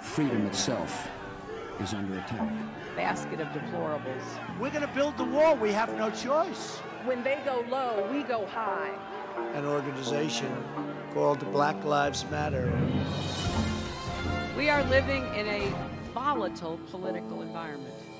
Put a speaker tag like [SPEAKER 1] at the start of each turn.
[SPEAKER 1] freedom itself is under attack.
[SPEAKER 2] basket of deplorables.
[SPEAKER 3] We're going to build the wall. We have no choice.
[SPEAKER 2] When they go low, we go high.
[SPEAKER 3] An organization called the Black Lives Matter.
[SPEAKER 2] We are living in a volatile political environment.